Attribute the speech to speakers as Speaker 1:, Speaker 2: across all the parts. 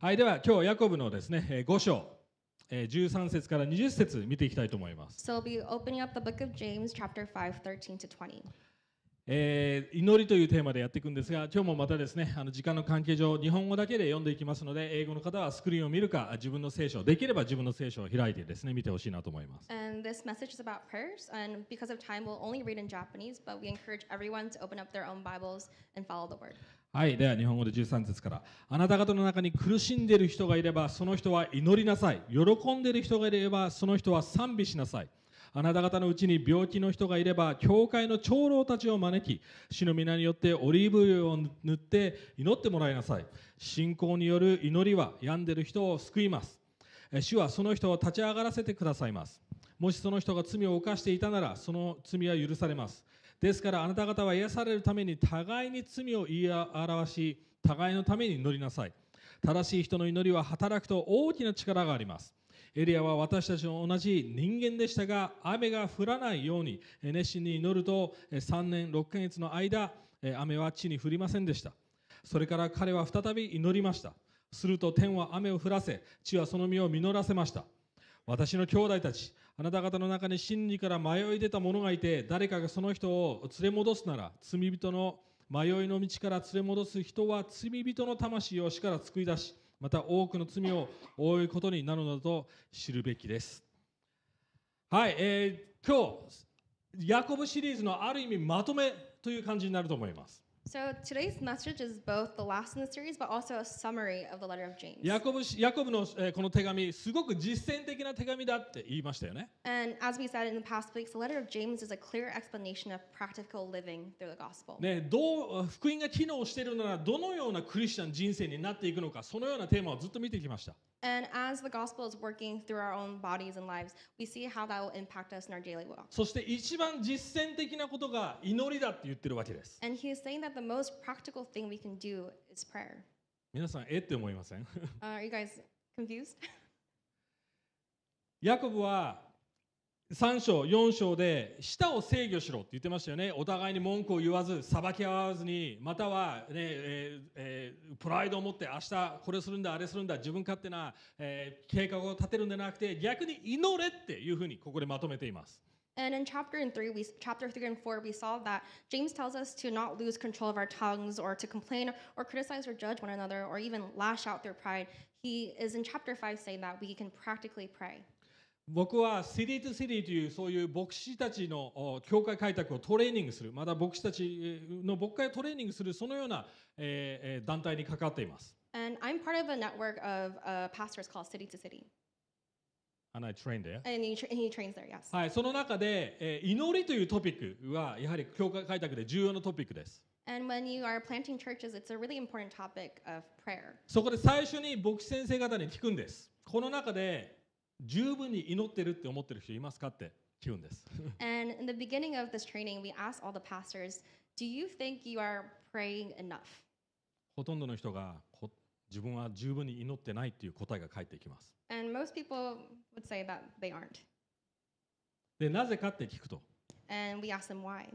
Speaker 1: はい、では今日ヤコブのですね、えー5章、えー13節から20節見ていきたいと思います。
Speaker 2: So we'll be opening up the book of James, chapter 5, 13 to 20.
Speaker 1: えー祈りというテーマでやっていくんですが、今日もまたですね、あの時間の関係上、日本語だけで読んでいきますので、英語の方はスクリーンを見るか、自分の聖書、できれば自分の聖書を開いてですね、見てほしいなと思います。
Speaker 2: And this message is about prayers. And because of time, we'll only read in Japanese, but we encourage everyone to open up their own Bibles and follow the word.
Speaker 1: はい、では日本語で13節から。あなた方の中に苦しんでいる人がいれば、その人は祈りなさい。喜んでいる人がいれば、その人は賛美しなさい。あなた方のうちに病気の人がいれば、教会の長老たちを招き、主の皆によってオリーブ油を塗って祈ってもらいなさい。信仰による祈りは病んでいる人を救います。えー主はその人を立ち上がらせてくださいます。もしその人が罪を犯していたなら、その罪は許されます。ですからあなた方は癒されるために互いに罪を言い表し、互いのために祈りなさい。正しい人の祈りは働くと大きな力があります。エリアは私たちと同じ人間でしたが、雨が降らないようにえー熱心に祈ると、えー3年6ヶ月の間、えー雨は地に降りませんでした。それから彼は再び祈りました。すると天は雨を降らせ、地はその実を実らせました。私の兄弟たち、あなた方の中に真理から迷い出た者がいて、誰かがその人を連れ戻すなら、罪人の迷いの道から連れ戻す人は罪人の魂を死から救い出し、また多くの罪を負うことになるのだと知るべきです。はい、えー今日、ヤコブシリーズのある意味まとめという感じになると思います。
Speaker 2: So today's message is both the last in the series, but also a summary of the letter of James.
Speaker 1: ヤコブしヤコブの、えーこの手紙、すごく実践的な手紙だって言いましたよね。
Speaker 2: And as we said in the past weeks, the letter of James is a clear explanation of practical living through the gospel.
Speaker 1: ね、どう福音が機能しているならどのようなクリスチャン人生になっていくのかそのようなテーマをずっと見てきました
Speaker 2: And as the gospel is working through our own bodies and lives, we see how that will impact us in our daily walk.
Speaker 1: そして一番実践的なことが祈りだって言ってるわけです
Speaker 2: And he is saying that the most practical thing we can do is prayer.
Speaker 1: 皆さんえって思いません
Speaker 2: Uh, are you guys confused?
Speaker 1: ヤコブは3章4章で舌を制御しろって言ってましたよねお互いに文句を言わず裁き合わずにまたは、ねえーえープライドを持って明日これするんだあれするんだ自分勝手な、えー計画を立てるんじゃなくて逆に祈れっていうふうにここでまとめています
Speaker 2: And in chapter and three, we chapter three and four, we saw that James tells us to not lose control of our tongues, or to complain, or criticize, or judge one another, or even lash out through pride. He is in chapter five saying that we can practically pray.
Speaker 1: 僕はシリーズシリーというそういう牧師たちのお教会開拓をトレーニングするまた牧師たちの牧会をトレーニングするそのような、えーえー団体に関わっています。
Speaker 2: And I'm part of a network of uh, pastors called City to City,
Speaker 1: And I train there.
Speaker 2: and he, tra- and he trains there. Yes.
Speaker 1: はい、その中で、えー祈りというトピックはやはり教会開拓で重要なトピックです。
Speaker 2: And when you are planting churches, it's a really important topic of prayer.
Speaker 1: そこで最初に牧師先生方に聞くんです。この中で十分に祈ってるって思ってる人いますかって聞くんです。
Speaker 2: And in the beginning of this training, we asked all the pastors, "Do you think you are praying enough?"
Speaker 1: ほとんどの人がこ自分は十分に祈ってないっていう答えが返ってきます。
Speaker 2: And most people would say that they aren't.
Speaker 1: で、なぜかって聞くと。
Speaker 2: And we asked them why.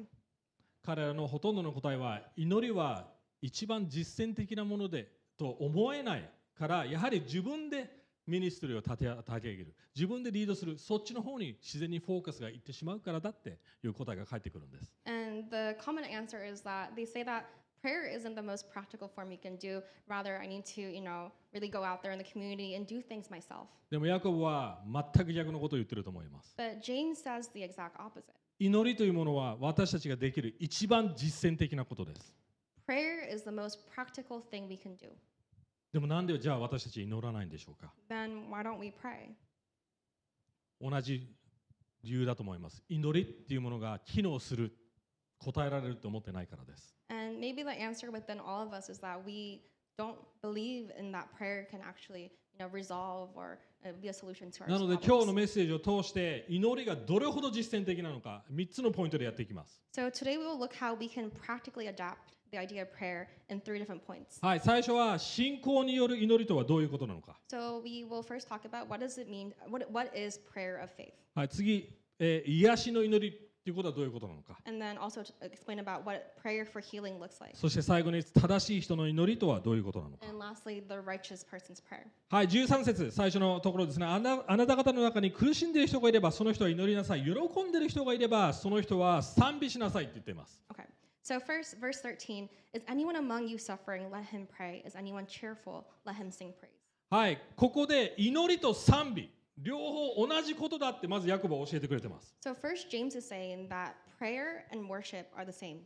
Speaker 1: 彼らのほとんどの答えは祈りは一番実践的なものでと思えないからやはり自分でミニストリーを立て立て上げる自分でリードするそっちの方に自然にフォーカスがいってしまうからだっていう答えが返ってくるんです
Speaker 2: And the common answer is that they say that prayer isn't the most practical form you can do. Rather, I need to, you know, really go out there in the community and do things myself.
Speaker 1: でもヤコブは全く逆のことを言ってると思います
Speaker 2: But James says the exact opposite.
Speaker 1: 祈りというものは私たちができる一番実践的なことです
Speaker 2: Prayer is the most practical thing we can do.
Speaker 1: でもなんでじゃあ私たち祈らないんでしょうか
Speaker 2: Then why don't we pray?
Speaker 1: 同じ理由だと思います祈りっていうものが機能する答えられると思ってないからです
Speaker 2: And maybe the answer within all of us is that we don't believe in that prayer can actually, you know, resolve or uh, be a solution to our
Speaker 1: なので
Speaker 2: problems.
Speaker 1: 今日のメッセージを通して祈りがどれほど実践的なのか3つのポイントでやっていきます。
Speaker 2: So today we will look how we can practically adapt the idea of prayer in three different points.
Speaker 1: はい、最初は信仰による祈りとはどういうことなのか。
Speaker 2: So we will first talk about what does it mean, what, what is prayer of faith?
Speaker 1: はい、次、えー癒しの祈りということはどういうことなのか
Speaker 2: and then also to explain about what prayer for healing looks like.
Speaker 1: そして最後に正しい人の祈りとはどういうことなのか
Speaker 2: And lastly, the righteous person's prayer.
Speaker 1: はい13節最初のところですねあなあなた方の中に苦しんでいる人がいればその人は祈りなさい喜んでいる人がいればその人は賛美しなさいって言っています
Speaker 2: Okay. So first, verse 13, is anyone among you suffering? Let him pray. Is anyone cheerful? Let him sing praise.
Speaker 1: はいここで祈りと賛美両方同じことだってまずヤコブは教えてくれてます
Speaker 2: So first, James is saying that prayer and worship are the same.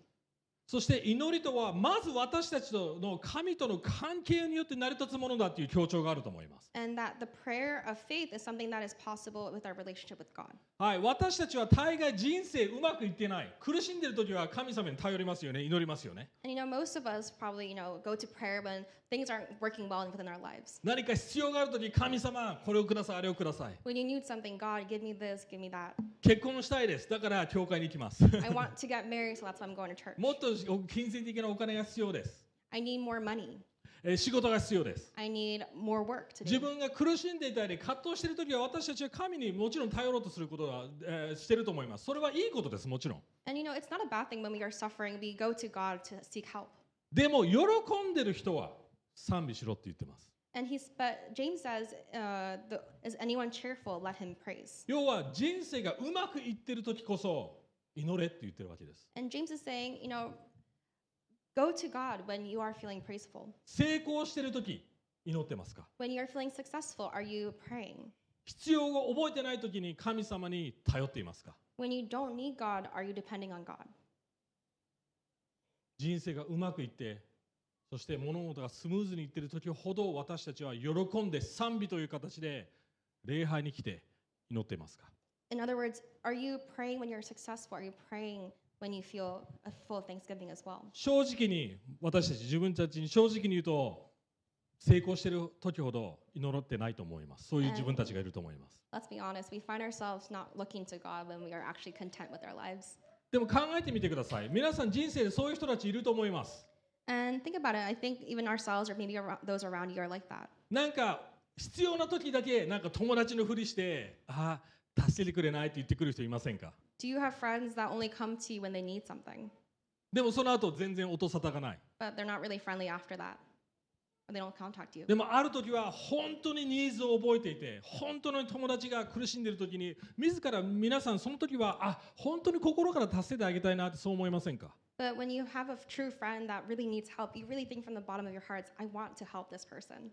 Speaker 1: そして祈りとはまず私たちとの神との関係によって成り立つものだという強調があると思います
Speaker 2: and that the prayer of faith is something that is possible with our relationship with God.
Speaker 1: はい、私たちは大概人生うまくいってない苦しんでる時は神様に頼りますよね祈りますよね
Speaker 2: And you know, most of us probably, you know, go to prayer when things aren't working well within our lives.
Speaker 1: 何か必要がある時神様これをくださいあれをください
Speaker 2: When you need something, God, give me this, give me that.
Speaker 1: 結婚したいですだから教会に行きます
Speaker 2: I want to get married, so that's why I'm going to church.
Speaker 1: もっと金銭的なお金が必要です、
Speaker 2: I need more money.
Speaker 1: えー仕事が必要です
Speaker 2: I need more work to
Speaker 1: 自
Speaker 2: do.
Speaker 1: 分が苦しんでいたり葛藤している時は私たちは神にもちろん頼ろうとすることは、えーしてると思いますそれはいいことですもちろん
Speaker 2: And you know, it's not a bad thing when we are suffering, we go to God to seek help.
Speaker 1: でも喜んでる人は賛美しろって言ってます
Speaker 2: And he's, but James says, uh, the, is anyone cheerful? Let him praise.
Speaker 1: 要は人生がうまくいってる時こそ祈れって言ってるわけです
Speaker 2: And James is saying, you know, go to God when you are feeling praiseful.
Speaker 1: 成功してる時祈ってますか
Speaker 2: When you're feeling successful, are you praying?
Speaker 1: 必要を覚えてない時に神様に頼っていますか
Speaker 2: When you don't need God, are you depending on God?
Speaker 1: 人生がうまくいってそして物事がスムーズにいってる時ほど私たちは喜んで賛美という形で礼拝に来て祈っていますか
Speaker 2: In other words, are you praying when you're successful? Are you praying when you feel a full of thanksgiving as well?
Speaker 1: 正直に私たち自分たちに正直に言うと成功してる時ほど祈ってないと思いますそういう自分たちがいると思います
Speaker 2: Let's be honest, we find ourselves not looking to God when we are actually content with our lives.
Speaker 1: でも考えてみてください皆さん人生でそういう人たちいると思います
Speaker 2: And think about it, I think even ourselves or maybe ar- those around you are like that.
Speaker 1: なんか必要な時だけなんか友達のふりして「ああ助けてくれない」って言ってくる人いませんか
Speaker 2: Do you have friends that only come to you when they need something,
Speaker 1: でもその後全然音沙汰がない
Speaker 2: but they're not really friendly after that? Or they don't contact you?
Speaker 1: でもある時は本当にニーズを覚えていて本当に友達が苦しんでる時に自ら皆さんその時はあ本当に心から助けてあげたいなってそう思いませんか
Speaker 2: But when you have a f- true friend that really needs help, you really think from the bottom of your hearts, I want to help this person.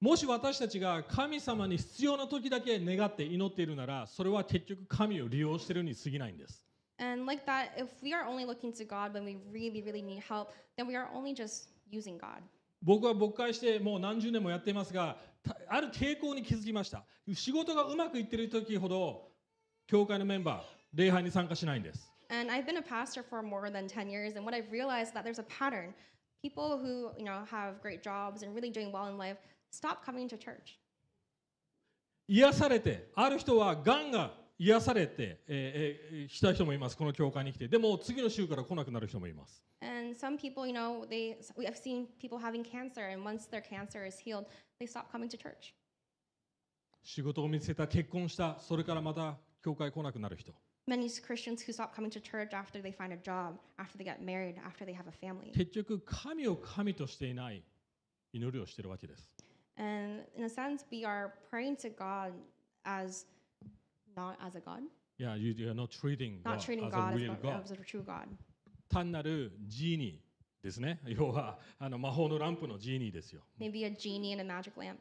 Speaker 1: もし私たちが神様に必要な時だけ願って祈っているならそれは結局神を利用してるに過ぎないんです
Speaker 2: And like that, if we are only looking to God when we really, really need help, then we are only just using God.
Speaker 1: 僕は牧会してもう何十年もやっていますがたある傾向に気づきました仕事がうまくいってる時ほど教会のメンバー礼拝に参加しないんです
Speaker 2: And I've been a pastor for more than 10 years, and what I've realized is that there's a pattern. People who, you know, have great jobs and really doing well in life stop coming to church.
Speaker 1: 癒されてある人はがんが癒されて、えーえーした人もいますこの教会に来てでも次の週から来なくなる人もいます
Speaker 2: And some people, you know, they we have seen people having cancer, and once their cancer is healed, they stop coming to church.
Speaker 1: 仕事を見つけた結婚したそれからまた教会来なくなる人
Speaker 2: Many Christians who stop coming to church after they find a job, after they get married, after they have a family.
Speaker 1: 結局神を神としていない祈りをしているわけです
Speaker 2: And in a sense, we are praying to God as not as a God,
Speaker 1: Yeah, you, you are not treating God
Speaker 2: not
Speaker 1: as a
Speaker 2: treating God as,
Speaker 1: real
Speaker 2: God
Speaker 1: God.
Speaker 2: as a true God.
Speaker 1: 単なるジーニーですね 要はあの魔法のランプのジーニーですよ
Speaker 2: Maybe a genie in a magic lamp.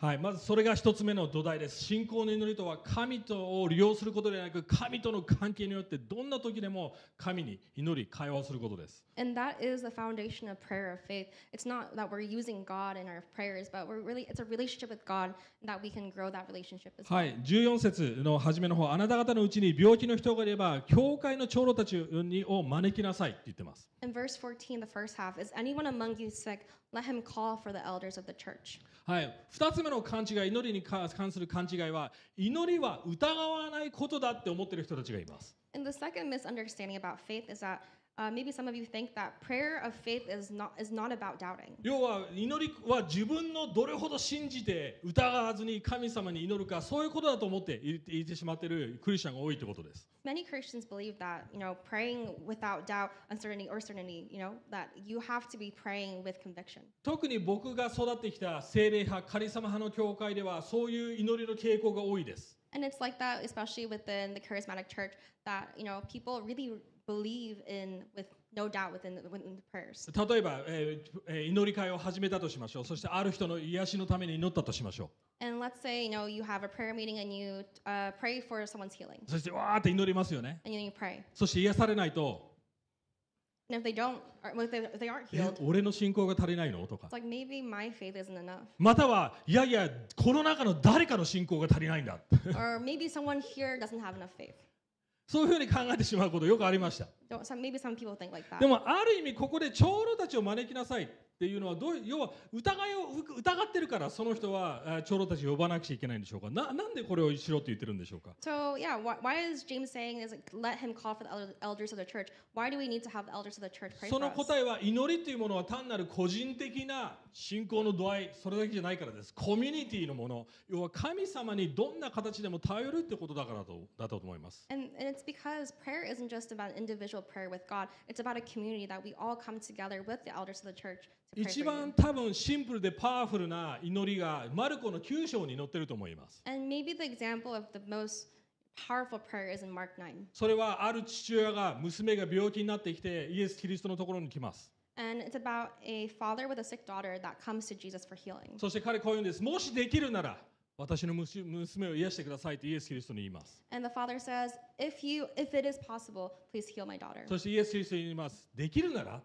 Speaker 1: はいまずそれが一つ目の土台です信仰の祈りとは神とを利用することではなく神との関係によってどんな時でも神に祈り会話をすることです
Speaker 2: And that is the foundation of prayer of faith. It's not that we're using God in our prayers, but we're really it's a relationship with God that we can grow that relationship as well.
Speaker 1: はい14節の初めの方あなた方のうちに病気の人がいれば教会の長老たちにを招きなさいって言ってます
Speaker 2: In verse 14, the first half is anyone among you sick, let him call for the elders of the church.
Speaker 1: はい、2つ目の勘違い祈りに関関する勘違いは祈りは疑わないことだって思ってる人たちがいます
Speaker 2: And the second misunderstanding about faith is that Uh, maybe some of you think that prayer of faith is not, is not about doubting.
Speaker 1: 要は祈りは自分のどれほど信じて疑わずに神様に祈るかそういうことだと思って言って言ってしまっているクリスチャンが多いということです
Speaker 2: Many Christians believe that, you know, praying without doubt, uncertainty, or certainty, you know, that you have to be praying with conviction.
Speaker 1: 特に僕が育ってきた精霊派カリスマ派の教会ではそういう祈りの傾向が多いです
Speaker 2: And it's like that, especially within the charismatic church, that, you know, people really believe in, with no doubt, within the, within the prayers.
Speaker 1: 例えば、えーえー祈り会を始めたとしましょうそしてある人の癒しのために祈ったとしましょ
Speaker 2: And let's say, you know, you have a prayer meeting and you uh, pray for someone's healing,
Speaker 1: うそしてわーって祈りますよね
Speaker 2: and then you pray.
Speaker 1: そして癒されないと
Speaker 2: And if they don't, or well, if they, if they aren't
Speaker 1: 「え
Speaker 2: healed,
Speaker 1: 俺の信仰が足りないの?」とか
Speaker 2: it's like maybe my faith isn't enough.
Speaker 1: または「いやいやこの中の誰かの信仰が足りないんだ」
Speaker 2: or maybe someone here doesn't have enough faith.
Speaker 1: そういうふうに考えてしまうことよくありました
Speaker 2: Don't, some, maybe some people think like that.
Speaker 1: でもある意味ここで長老たちを招きなさいっていうのはどういう要は疑いを疑ってるからその人はあ長老たちを呼ばなくちゃいけないんでしょうかななんでこれをしろって言ってるんでしょうか
Speaker 2: So yeah, why, why is James saying is like, let him call for the elder- elders of the church? Why do we need to have the elders of the church pray
Speaker 1: そ
Speaker 2: for
Speaker 1: の
Speaker 2: us?
Speaker 1: 答えは祈りというものは単なる個人的な信仰の度合いそれだけじゃないからですコミュニティのもの要は神様にどんな形でも頼るってことだからとだと思います
Speaker 2: And, and it's because prayer isn't just about individual prayer with God. It's about a community that we all come together with the elders of the church to pray
Speaker 1: 一
Speaker 2: for you.
Speaker 1: 番多分シンプルでパワフルな祈りがマルコの9章に載ってると思います
Speaker 2: And maybe the example of the most powerful prayer is in Mark 9.
Speaker 1: それはある父親が娘が病気になってきてイエス・キリストのところに来ます
Speaker 2: And it's about a father with a sick daughter that comes to Jesus for healing.
Speaker 1: そして彼こう言うんですもしできるなら私の娘娘を癒してくださいってイエス・キリストに言います
Speaker 2: And the father says, "If you if it is possible, please heal my daughter."
Speaker 1: そしてイエス・キリストに言いますできるなら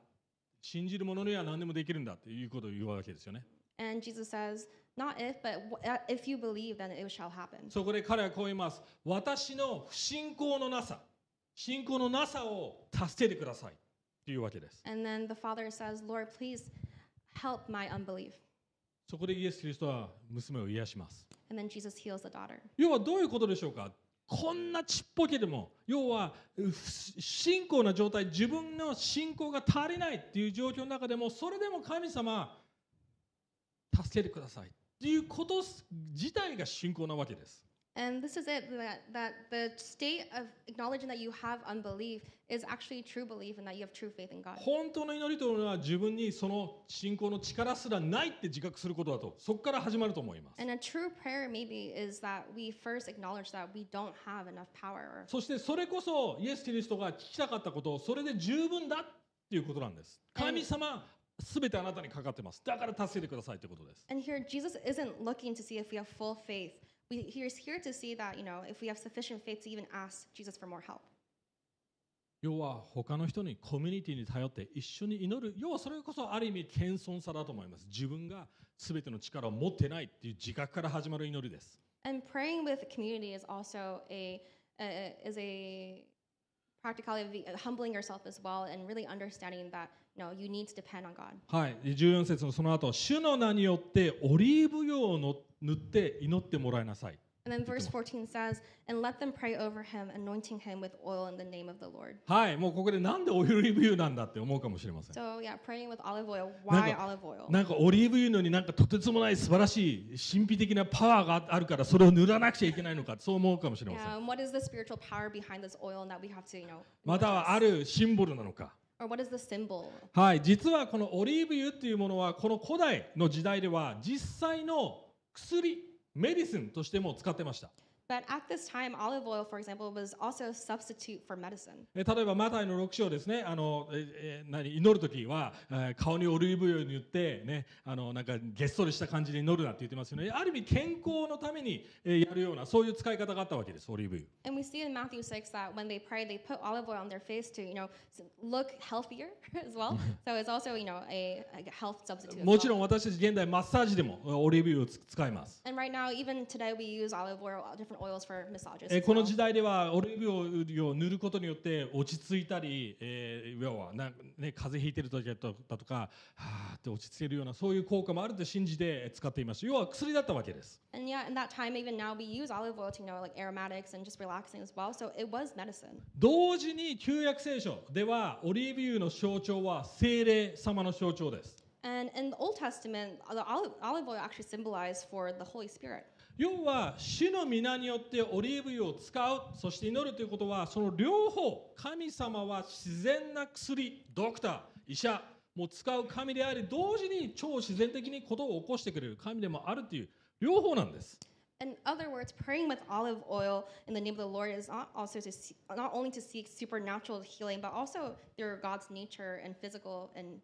Speaker 1: 信じる者には何でもできるんだっていうことを言うわけですよね
Speaker 2: And Jesus says, "Not if, but w- uh, if you believe, then it shall happen."
Speaker 1: そこで彼はこう言います私の不信仰のなさ信仰のなさを助けてくださいっていうわけです
Speaker 2: And then the father says, "Lord, please help my unbelief."
Speaker 1: そこでイエス・キリストは娘を癒します
Speaker 2: And then Jesus heals the daughter.
Speaker 1: 要はどういうことでしょうかこんなちっぽけでも要はう不信仰な状態自分の信仰が足りないっていう状況の中でもそれでも神様助けてくださいっていうこと自体が信仰なわけです
Speaker 2: And this is it that, that the state of acknowledging that you have unbelief is actually true belief and that you have true faith in God.
Speaker 1: 本当の祈りというのは自分にその信仰の力すらないって自覚することだとそこから始まると思います
Speaker 2: And a true prayer maybe is that we first acknowledge that we don't have enough power.
Speaker 1: そしてそれこそイエス・キリストが聞きたかったことをそれで十分だっていうことなんです神様すべてあなたにかかってますだから助けてくださいってことです
Speaker 2: And here Jesus isn't looking to see if we have full faith. We, he's here to see that, you know, if we have sufficient faith to even ask Jesus for more help.
Speaker 1: 要は他の人にコミュニティに頼って一緒に祈る要はそれこそある意味謙遜さだと思います自分が全ての力を持ってないっていう自覚から始まる祈りです
Speaker 2: And praying with community is also a uh, is a practicality of the- uh, humbling yourself as well, and really understanding that you know you need to depend on God.
Speaker 1: はい14節のその後主の名によってオリーブ油をの塗って祈ってもらいなさい
Speaker 2: And then verse
Speaker 1: Depend on-
Speaker 2: 14 says, "And let them pray over him, anointing him with oil in the name of the Lord."
Speaker 1: はいもうここでなんでオリーブ油なんだって思うかもしれません
Speaker 2: So yeah, praying with olive oil. Why
Speaker 1: Nago-
Speaker 2: olive oil?
Speaker 1: なんかオリーブ油のになんかとてつもない素晴らしい神秘的なパワーがあるからそれを塗らなくちゃいけないの かそう思うかもしれません
Speaker 2: Yeah, and what is the spiritual power behind this oil, and that we have to you know?
Speaker 1: またはあ
Speaker 2: notice?
Speaker 1: るシンボルなのか
Speaker 2: Or what is the symbol?
Speaker 1: はい、実はこのオリーブ油っていうものはこの古代の時代では実際の薬メディスンとしても使ってました。
Speaker 2: But at this time, olive oil, for example, was also a substitute for medicine.
Speaker 1: え例えばマタイの6章ですねあのええ何祈る時は、えー顔にオリーブ油を塗って、ね、あのなんかげっそりした感じで祈るなって言ってますよねある意味健康のために、えーやるようなそういう使い方があったわけですオリーブ油
Speaker 2: And we see in Matthew 6 that when they pray, they put olive oil on their face to, you know, s- look healthier as well. so it's also, you know, a, a health substitute. as
Speaker 1: もちろ
Speaker 2: well.
Speaker 1: ん私たち現代マッサージでもえーオリーブ油をつ使います
Speaker 2: And right now, even today, we use olive oil different different oils for massages.
Speaker 1: えー
Speaker 2: as
Speaker 1: この
Speaker 2: well.
Speaker 1: 時代ではオリーブ油を塗ることによって落ち着いたり、えー要はな、ね、風邪ひいてる時だとだとかはーって落ち着けるようなそういう効果もあると信じて使っていました要は薬だったわけです
Speaker 2: And yeah, in that time, even now, we use olive oil to you know like aromatics and just relaxing as well. So it was medicine.
Speaker 1: 同時に旧約聖書ではオリーブ油の象徴は精霊様の象徴です
Speaker 2: And in the Old Testament, the olive, olive oil actually symbolized for the Holy Spirit.
Speaker 1: 要は主の皆によってオリーブ油を使うそして祈るということはその両方神様は自然な薬ドクター医者も使う神であり同時に超自然的にことを起こしてくれる神でもあるという両方なんです
Speaker 2: In other words, praying with olive oil in the name of the Lord is not also to see, not only to seek supernatural healing, but also through God's nature and physical and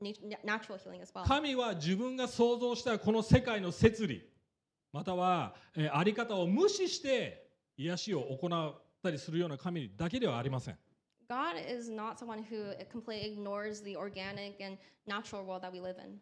Speaker 2: nat- natural healing as well.
Speaker 1: 神は自分が創造したこの世界の摂理または、えーあり方を無視して癒しを行ったりするような神だけではありません
Speaker 2: God is not someone who completely ignores the organic and natural world that we live in.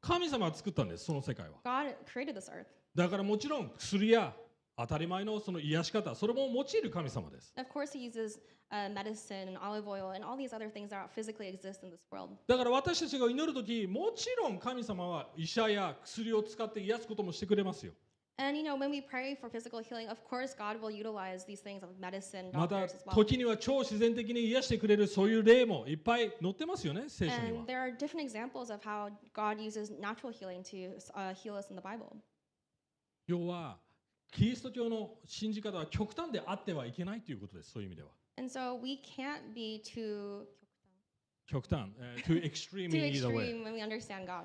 Speaker 1: 神様は作ったんですその世界は
Speaker 2: God created this earth.
Speaker 1: だからもちろん薬や当たり前のその癒し方それも用いる神様です
Speaker 2: And of course, He uses uh, medicine and olive oil and all these other things that physically exist in this world.
Speaker 1: だから私たちが祈る時もちろん神様は医者や薬を使って癒すこともしてくれますよ
Speaker 2: And you know, when we pray for physical healing, of course, God will utilize these things of medicine,
Speaker 1: また
Speaker 2: doctors as well.
Speaker 1: 時には超自然的に癒してくれるそういう例もいっぱい載ってますよね聖書には
Speaker 2: And there are different examples of how God uses natural healing to uh, heal us in the Bible.
Speaker 1: 要はキリスト教の信じ方は極端であってはいけないということですそういう意味では
Speaker 2: And so we can't be too,
Speaker 1: 極端、えー too extreme
Speaker 2: too
Speaker 1: in either way
Speaker 2: extreme when we understand God.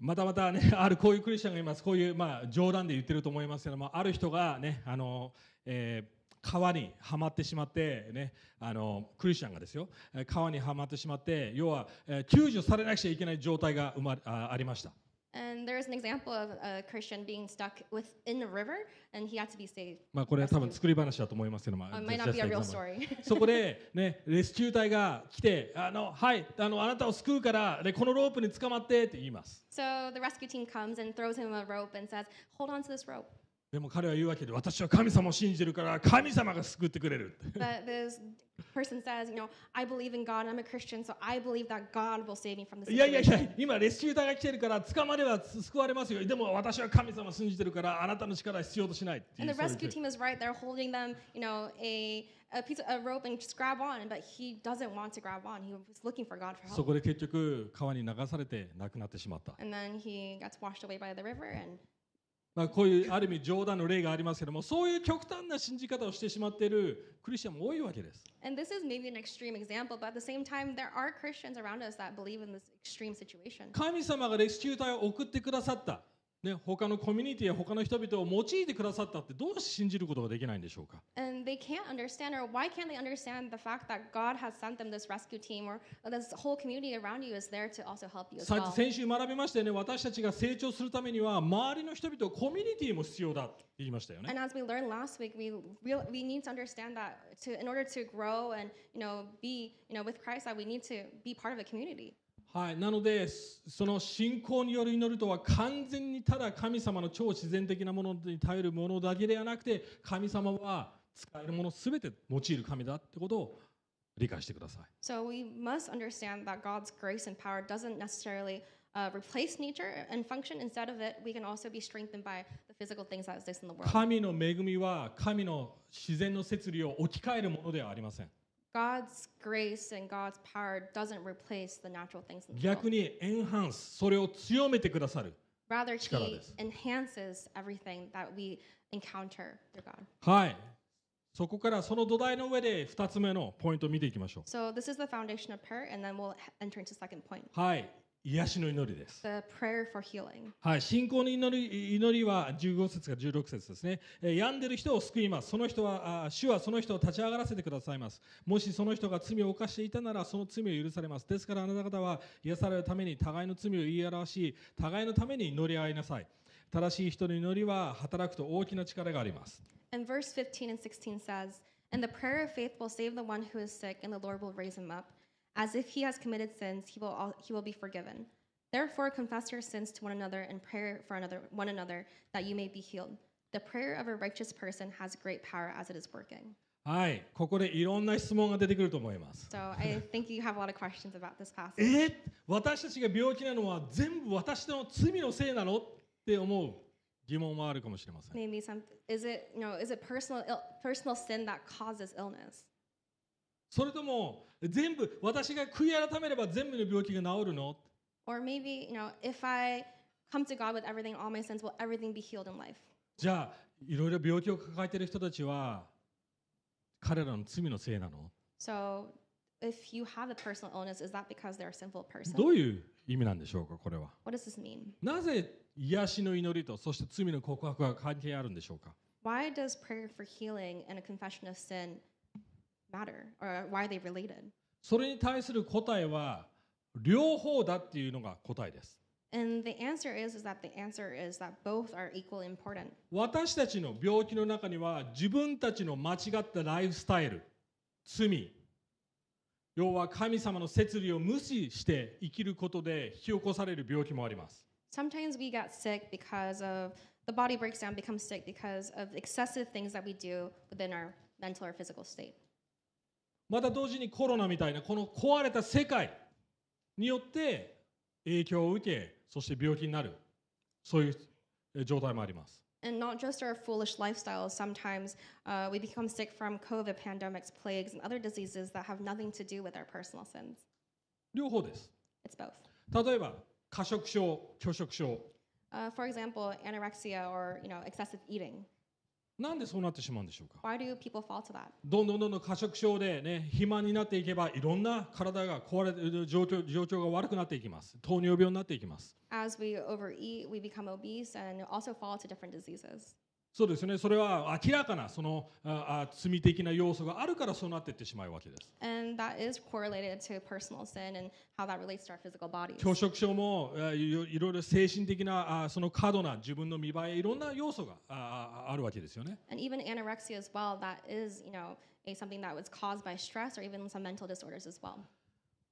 Speaker 1: またまたね、 あるこういうクリスチャンがいます。こういう、まあ、冗談で言ってると思いますけども、ある人がね、あの、えー川にはまってしまって、ね、あの、クリスチャンがですよ、えー川にはまってしまって、要は、えー救助されなくちゃいけない状態が生まれあありました。
Speaker 2: And there is an example of a Christian being stuck within the river and he had to be saved.
Speaker 1: まあ、これは多分作り話だと思いますけども、
Speaker 2: Uh, It might not be a real
Speaker 1: just- just
Speaker 2: story.
Speaker 1: example そこで、ね、レスキュー隊が来て、あの、はい、あの、あなたを救うから、で、このロープに捕まってって言います。
Speaker 2: so the rescue team comes and throws him a rope and says, Hold on to this rope.
Speaker 1: でも彼は言うわけで、私は神様を信じてるから、神様が救ってくれるって。
Speaker 2: But this person says, You know, I believe in God and I'm a Christian, so I believe that God will save me from this.
Speaker 1: いやいやいや
Speaker 2: situation."
Speaker 1: 今レスキュー隊が来てるから捕まれば救われますよでも私は神様を信じてるからあなたの力は必要としないってい
Speaker 2: And
Speaker 1: う
Speaker 2: the
Speaker 1: そういう
Speaker 2: rescue team is right there holding them, you know, a, a piece of a rope and just grab on, but he doesn't want to grab on. He was looking for God for
Speaker 1: そ
Speaker 2: help.
Speaker 1: こで結局川に流されて亡くなってしまった、
Speaker 2: And then he gets washed away by the river and
Speaker 1: まあ、こういうある意味冗談の例がありますけどもそういう極端な信じ方をしてしまっているクリスチャンも多いわけです
Speaker 2: and this is maybe an extreme example, but at the same time there are Christians around us that believe in this extreme situation.
Speaker 1: 神様がレスキュー隊を送ってくださった、ね、他のコミュニティや他の人々を用いてくださったってどうして信じることができないんでしょうか
Speaker 2: And they can't understand or why can't they understand the fact that God has sent them this rescue team or this whole community around you is there to also help you as
Speaker 1: さ
Speaker 2: well.
Speaker 1: 先週学びましたよね私たちが成長するためには周りの人々をコミュニティも必要だって言いましたよね
Speaker 2: And as we learned last week, we real, we need to understand that to in order to grow and you know be you know with Christ that we need to be part of a community.
Speaker 1: はい、なので、すその信仰による祈るとは完全にただ神様の超自然的なものに頼るものだけではなくて、神様は使えるものすべて用いる神だってことを理解してください。
Speaker 2: So we must understand that God's grace and power doesn't necessarily uh, replace nature and function. Instead of it, we can also be strengthened by the physical things that exist in the world.
Speaker 1: 神の恵みは神の自然の摂理を置き換えるものではありません。
Speaker 2: God's grace and God's power doesn't replace the natural things in the
Speaker 1: 逆
Speaker 2: world.
Speaker 1: にエンハンス、それを強めてくださる。
Speaker 2: Rather, He
Speaker 1: 力です。
Speaker 2: enhances everything that we encounter through God.
Speaker 1: はい。そこからその土台の上で2つ目のポイントを見ていきましょ
Speaker 2: So this is the foundation of prayer, and then we'll h- enter into second point.
Speaker 1: う。はい。癒しの祈りです。
Speaker 2: the prayer for healing.
Speaker 1: はい、信仰の祈り祈りは15節から16節ですね、えー病んでる人を救います。その人は、あー主はその人を立ち上がらせてくださいます。もしその人が罪を犯していたなら、その罪を許されます。ですからあなた方は癒されるために互いの罪を言い表し、互いのために祈り合いなさい。正しい人の祈りは働くと大きな力があります。
Speaker 2: And verse 15 and 16 says, And the prayer of faith will save the one who is sick, and the Lord will raise him up. As if he has committed sins, he will, all, he will be forgiven. Therefore, confess your sins to one another and pray for another, one another that you may be healed. The prayer of a righteous person has great power as it is working.
Speaker 1: はい、ここでいろんな質問が出てくると思います。
Speaker 2: So I think you have a lot of questions about this passage.
Speaker 1: え私たちが病気なのは全部私の罪のせいなのって思う疑問もあるかもしれません。
Speaker 2: Maybe some is it you know is it personal Ill, personal sin that causes illness?
Speaker 1: それとも全部私が悔い改めれば全部の病気が治るの
Speaker 2: Or maybe you know if I come to God with everything, all my sins, will everything be healed in life?
Speaker 1: じゃあいろいろ病気を抱えている人たちは彼らの罪のせいなの
Speaker 2: So if you have a personal illness, is that because they're a sinful person?
Speaker 1: どういう意味なんでしょうかこれは
Speaker 2: What does this mean?
Speaker 1: なぜ癒しの祈りとそして罪の告白が関係あるんでしょうか
Speaker 2: Why does prayer for healing and a confession of sin matter, or why are they related?
Speaker 1: それに対する答えは両方だっていうのが答えです
Speaker 2: And the answer is is that the answer is that both are equally important.
Speaker 1: 私たちの病気の中には自分たちの間違ったライフスタイル罪要は神様の摂理を無視して生きることで引き起こされる病気もあります
Speaker 2: Sometimes we get sick because of the body breaks down, becomes sick because of excessive things that we do within our mental or physical state.
Speaker 1: また同時にコロナみたいなこの壊れた世界によって影響を受けそして病気になるそういうえ状態もあります
Speaker 2: And not just our foolish lifestyles, sometimes uh, we become sick from COVID, pandemics, plagues, and other diseases that have nothing to do with our personal sins.
Speaker 1: 両方です
Speaker 2: It's both.
Speaker 1: 例えば過食症拒食症
Speaker 2: Uh, for example, anorexia or you know excessive eating.
Speaker 1: なんでそうなってしまうんでしょうか
Speaker 2: Why do people fall to that?
Speaker 1: どんどんどんどん過食症でね肥満になっていけばいろんな体が壊れてる状況状況が悪くなっていきます糖尿病になっていきます
Speaker 2: As we overeat, we become obese and also fall to different diseases.
Speaker 1: そうですねそれは明らかなそのああ罪的な要素があるからそうなっていってしまうわけです
Speaker 2: And that is correlated to personal sin and how that relates to our physical bodies.
Speaker 1: 拒食症もあいろいろいろ精神的なあその過度な自分の見栄えいろんな要素があああるわけですよね
Speaker 2: And even anorexia as well, that is, you know, a, something that was caused by stress or even some mental disorders as well.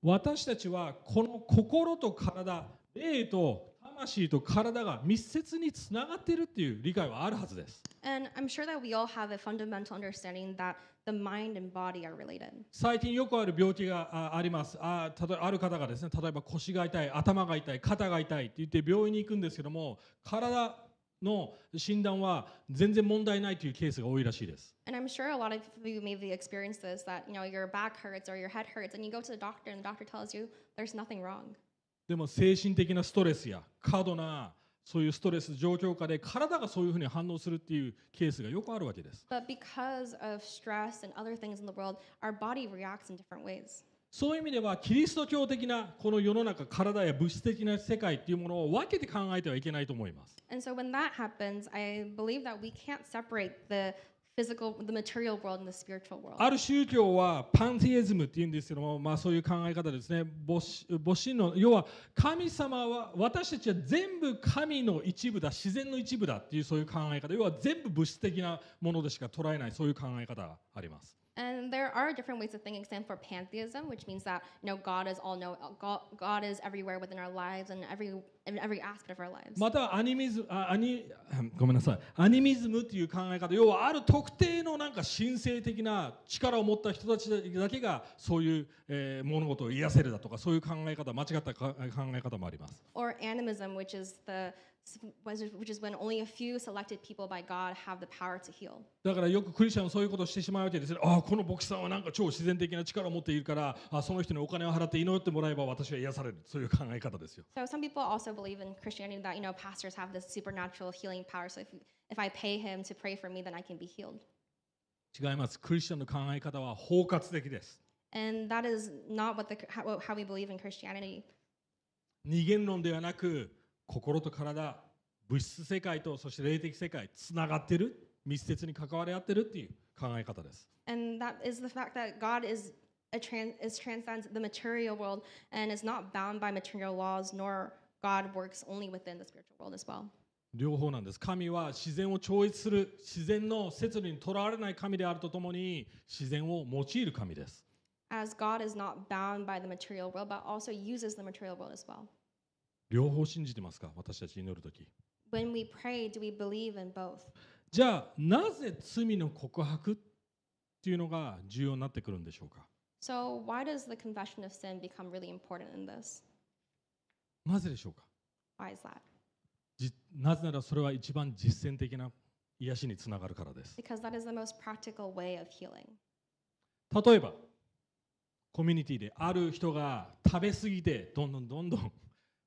Speaker 1: 私たちはこの心と体霊と魂と体が密接につながっているっていう理解はあるはずです
Speaker 2: And I'm sure that we all have a fundamental understanding that the mind and body are related.
Speaker 1: 最近よくある病気があありますあたとある方がですね例えば腰が痛い頭が痛い肩が痛いって言って病院に行くんですけども体の診断は全然問題ないというケースが多いらしいです
Speaker 2: And I'm sure a lot of you maybe experienced this that, you know, your back hurts or your head hurts and you go to the doctor and the doctor tells you there's nothing wrong.
Speaker 1: でも精神的なストレスや過度なそういうストレス状況下で体がそういうふうに反応するっていうケースがよくあるわけです
Speaker 2: But because of stress and other things in the world, our body reacts in different ways.
Speaker 1: そういう意味ではキリスト教的なこの世の中体や物質的な世界っていうものを分けて考えてはいけないと思います
Speaker 2: And so when that happens, I believe that we can't separate the physical, the material world and the spiritual world.
Speaker 1: ある宗教はパンティエズムっていうんですけども、まあ、そういう考え方ですね母子母子の要は神様は私たちは全部神の一部だ自然の一部だっていうそういう考え方要は全部物質的なものでしか捉えないそういう考え方があります
Speaker 2: And there are different ways of thinking. Example, pantheism, which means that you know God is all know God, God is everywhere within our lives and every in every aspect of our lives.
Speaker 1: またはアニミズムあアニ ごめんなさいアニミズムっていう考え方要はある特定のなんか神聖的な力を持った人たちだけがそういう、えー物事を癒せるだとかそういう考え方間違ったか考え方もあります
Speaker 2: Or animism, which is the which is when only a few selected people by God have the power to heal.
Speaker 1: だからよくクリスチャンはそういうことをしてしまうわけですね。ああ、この牧師さんはなんか超自然的な力を持っているから、あその人にお金を払って祈ってもらえば私は癒される。そういう考え方ですよ。
Speaker 2: So some people also believe in Christianity that you know pastors have this supernatural healing power. So if if I pay him to pray for me, then I can be healed.
Speaker 1: 違います。クリスチャンの考え方は包括的です。
Speaker 2: And that is not what the how, how we believe in Christianity.
Speaker 1: 二元論ではなく、心と体、物質世界とそして霊的世界、つながってる、密接に関わり合ってるっていう考え方です。
Speaker 2: and that is the fact that God is a trans is transcends the material world and is not bound by material laws, nor God works only within the spiritual world as well.
Speaker 1: 両方なんです神は自然を超越する自然の摂理にとらわれない神であるとともに自然を用いる神です
Speaker 2: As God is not bound by the material world, but also uses the material world as well.
Speaker 1: 両方信じてますか私たち祈る時
Speaker 2: When we pray, do we believe in both?
Speaker 1: じゃあなぜ罪の告白っていうのが重要になってくるんでしょうか
Speaker 2: So, why does the confession of sin become really important in this?
Speaker 1: なぜでしょうか
Speaker 2: Why is that?
Speaker 1: じなぜならそれは一番実践的な癒しにつながるからです
Speaker 2: Because that is the most practical way of healing.
Speaker 1: 例えばコミュニティである人が食べ過ぎてどんどんどんどん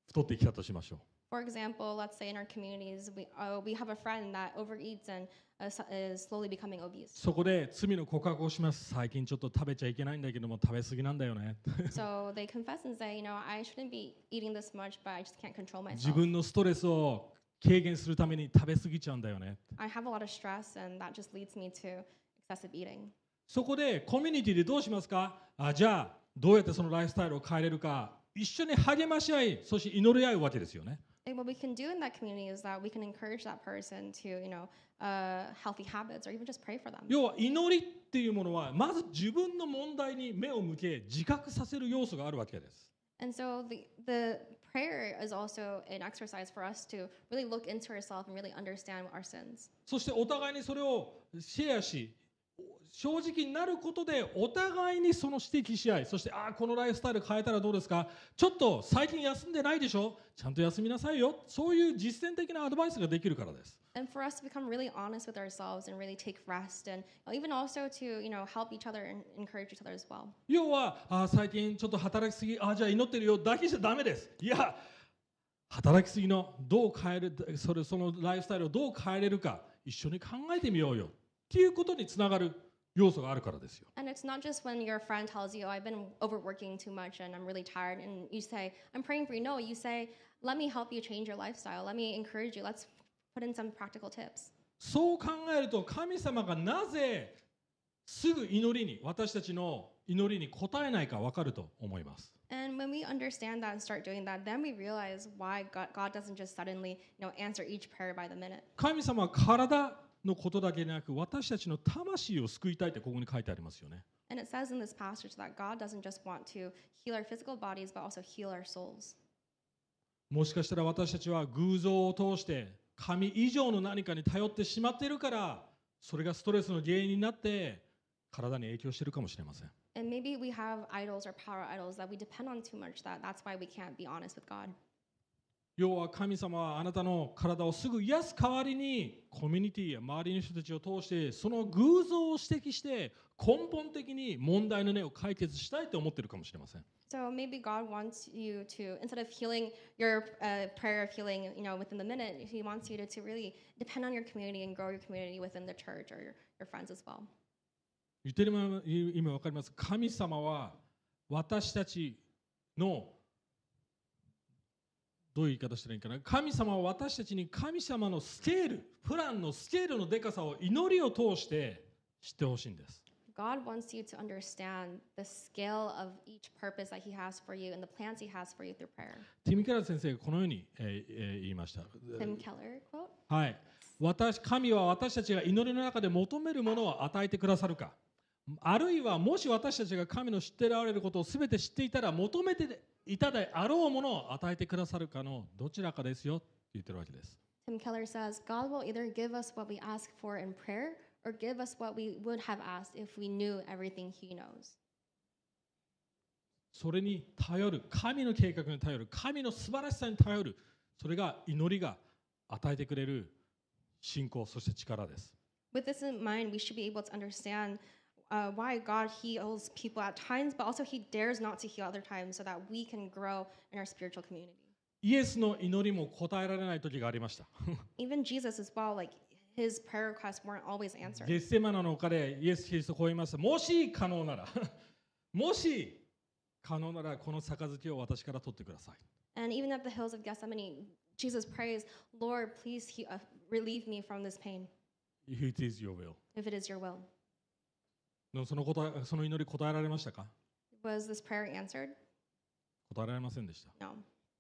Speaker 1: 太ってきたとしましょう
Speaker 2: For example, let's say in our communities, we, uh, we have a friend that overeats and uh, s- is slowly becoming obese.
Speaker 1: そこで罪の告白をします最近ちょっと食べちゃいけないんだけども食べ過ぎなんだよね
Speaker 2: so they confess and say, you know, I shouldn't be eating this much, but I just can't control
Speaker 1: 自
Speaker 2: myself.
Speaker 1: 分のストレスを軽減するために食べ過ぎちゃうんだよね
Speaker 2: I have a lot of stress, and that just leads me to excessive eating.
Speaker 1: そこでコミュニティでどうしますかあじゃあどうやってそのライフスタイルを変えれるか一緒に励まし合いそして祈り合うわけですよね
Speaker 2: And what we can do in that community is that we can encourage that person to, you know, uh, healthy habits or even just pray for them.
Speaker 1: 要は祈りっていうものはまず自分の問題に目を向け自覚させる要素があるわけです
Speaker 2: And so the, the prayer is also an exercise for us to really look into ourselves and really understand our sins.
Speaker 1: そしてお互いにそれをシェアし正直になることでお互いにその指摘し合いそしてああこのライフスタイル変えたらどうですかちょっと最近休んでないでしょちゃんと休みなさいよそういう実践的なアドバイスができるからです
Speaker 2: And for us to become really honest with ourselves and really take rest and even also to, you know, help each other and encourage each other as well.
Speaker 1: 要はあー最近ちょっと働きすぎあーじゃあ祈ってるよだけじゃダメですいや働きすぎのどう変えるそれそのライフスタイルをどう変えれるか一緒に考えてみようよっていうことにつながる要素があるからですよ
Speaker 2: And it's not just when your friend tells you, oh, I've been overworking too much and I'm really tired. And you say, I'm praying for you. No, you say, let me help you change your lifestyle. Let me encourage you. Let's put in some practical tips.
Speaker 1: そう考えると神様がなぜすぐ祈りに私たちの祈りに応えないか分かると思います
Speaker 2: And when we understand that and start doing that, then we realize why God, God doesn't just suddenly, you know, answer each prayer by the minute.
Speaker 1: 神様は体のことだけでなく私たちの魂を救いたいってここに書いてありますよね
Speaker 2: And it says in this passage that God doesn't just want to heal our physical bodies, but also heal our souls.
Speaker 1: もしかしたら私たちは偶像を通して神以上の何かに頼ってしまっているからそれがストレスの原因になって体に影響しているかもしれません
Speaker 2: And maybe we have idols or power idols that we depend on too much. That that's why we can't be honest with God.
Speaker 1: 要は神様はあなたの体をすぐ癒す代わりにコミュニティや周りの人たちを通してその偶像を指摘して根本的に問題の根を解決したいと思っているかもしれません
Speaker 2: So maybe God wants you to instead of healing your uh, prayer of healing, you know, within the minute, He wants you to, to really depend on your community and grow your community within the church or your, your friends as well.
Speaker 1: 言ってる意味わかります神様は私たちのどういう言い方したらいいかな神様は私たちに神様のスケールプランのスケールのでかさを祈りを通して知ってほしいんです
Speaker 2: God wants you to understand the scale of each purpose that He has for you and the plans He has for you through prayer.
Speaker 1: ティム・ケラー先生がこのように、えーえー言いました、
Speaker 2: Tim Keller quote.
Speaker 1: はい、私神は私たちが祈りの中で求めるものを与えてくださるかあるいはもし私たちが神の知ってられることを全て知っていたら求めていたであろうものを与えてくださるかのどちらかですよって言ってるわけです
Speaker 2: Tim Keller says, God will either give us what we ask for in prayer or give us what we would have asked if we knew everything He knows.
Speaker 1: それに頼る神の計画に頼る神の素晴らしさに頼るそれが祈りが与えてくれる信仰そして力です
Speaker 2: With this in mind, we should be able to understand uh, why God heals people at times, but also He dares not to heal other times so that we can grow in our spiritual community.
Speaker 1: イエスの祈りも答えられない時がありました
Speaker 2: Even Jesus as well, like His prayer requests weren't always answered.
Speaker 1: ゲッセマナの丘でイエス・キリストはこう言いました。もし可能なら、 もし可能ならこの杯を私から取ってください。
Speaker 2: And even at the hills of Gethsemane, Jesus prays, Lord, please he, uh, relieve me from this pain,
Speaker 1: If it is your will.
Speaker 2: if it is your will.
Speaker 1: のその答えその祈り答えられましたか
Speaker 2: Was this prayer answered?
Speaker 1: 答えられませんでした。
Speaker 2: No.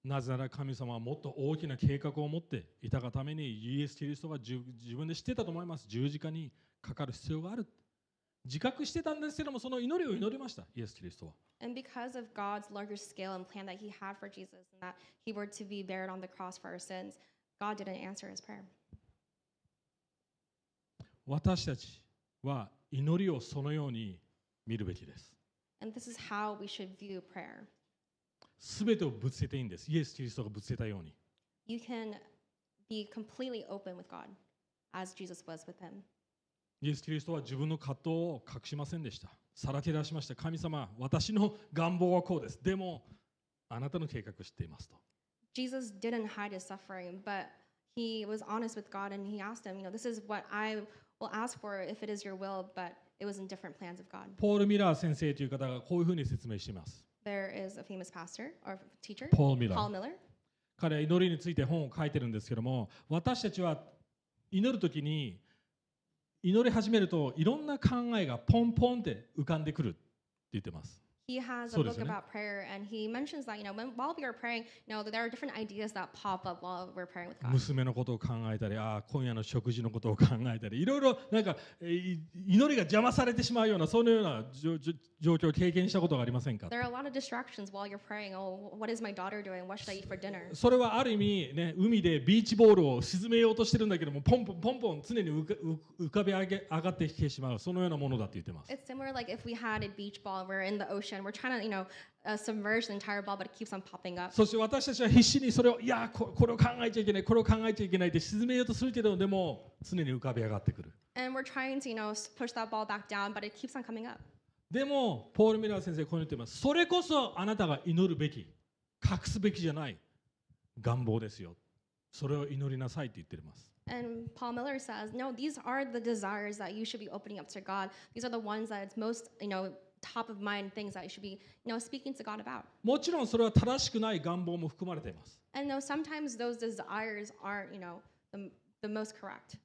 Speaker 1: なぜなら神様はもっと大きな計画を持っていたがためにイエス・キリストがじゅ自分で知ってたと思います。十字架にかかる必要がある。自覚してたんですけども、その祈りを祈りました、イエス・キリストは。
Speaker 2: And because of God's larger scale and plan that he had for Jesus and that he were to be buried on the cross for our sins, God didn't answer his prayer.
Speaker 1: 私たちは祈りをそのように見るべきです。
Speaker 2: And this is how we should view prayer.
Speaker 1: すべてをぶつけていいんです。イエス・キリストがぶつけたように。
Speaker 2: You can be completely open with God, as Jesus was with him.
Speaker 1: イエス・キリストは自分の葛藤を隠しませんでした。さらけ出しました。神様、私の願望はこうです。でも、あなたの計画を知っていますと。
Speaker 2: Jesus didn't hide his suffering, but he was honest with God and he asked him, you know, this is what I will ask for if it is your will, but it was in different plans of God.
Speaker 1: ポール・ミラー先生という方がこういうふうに説明しています。
Speaker 2: There is a famous pastor or teacher,
Speaker 1: Paul Miller.
Speaker 2: Paul Miller.
Speaker 1: 彼は祈りについて本を書いてるんですけども、私たちは祈るときに、祈り始めるといろんな考えがポンポンって浮かんでくるって言ってます。
Speaker 2: He has a
Speaker 1: So does it,
Speaker 2: book
Speaker 1: eh?
Speaker 2: about prayer, and he mentions that you know when while we are praying, you know there are different ideas that pop up while we're praying with God.
Speaker 1: 娘のことを考えたりああ今夜の食事のことを考えたりいろいろなんか、えーい祈りが邪魔されてしまうようなそのような状状状況を経験したことがありませんか
Speaker 2: There are a lot of distractions while you're praying. Oh, what is my daughter doing? What should I eat for dinner?
Speaker 1: それはある意味、ね、海でビーチボールを沈めようとしてるんだけどもポンポンポンポン常に浮か浮浮かび上げ上がってきてしまうそのようなものだって言ってます
Speaker 2: It's similar like if we had a beach ball, we're in the ocean, we're trying to you know uh, submerge the entire ball, but it keeps on popping up.
Speaker 1: そして私たちは必死にそれをいやーここれを考えちゃいけないこれを考えちゃいけないって沈めようとするけどでも常に浮かび上がってくる
Speaker 2: And we're trying to you know s- push that ball back down, but it keeps on coming up.
Speaker 1: でも、ポール・ミラー先生、こう言ってます。それこそあなたが祈るべき、隠すべきじゃない願望ですよ。それを祈りなさいって言ってます。
Speaker 2: And Paul Miller says, no, these are the desires that you should be opening up to God. These are the ones that it's most you know top of mind things that you should be you know speaking to God about.
Speaker 1: もちろんそれは正しくない願望も含まれています。
Speaker 2: And though sometimes those desires aren't, you know, the, the most correct.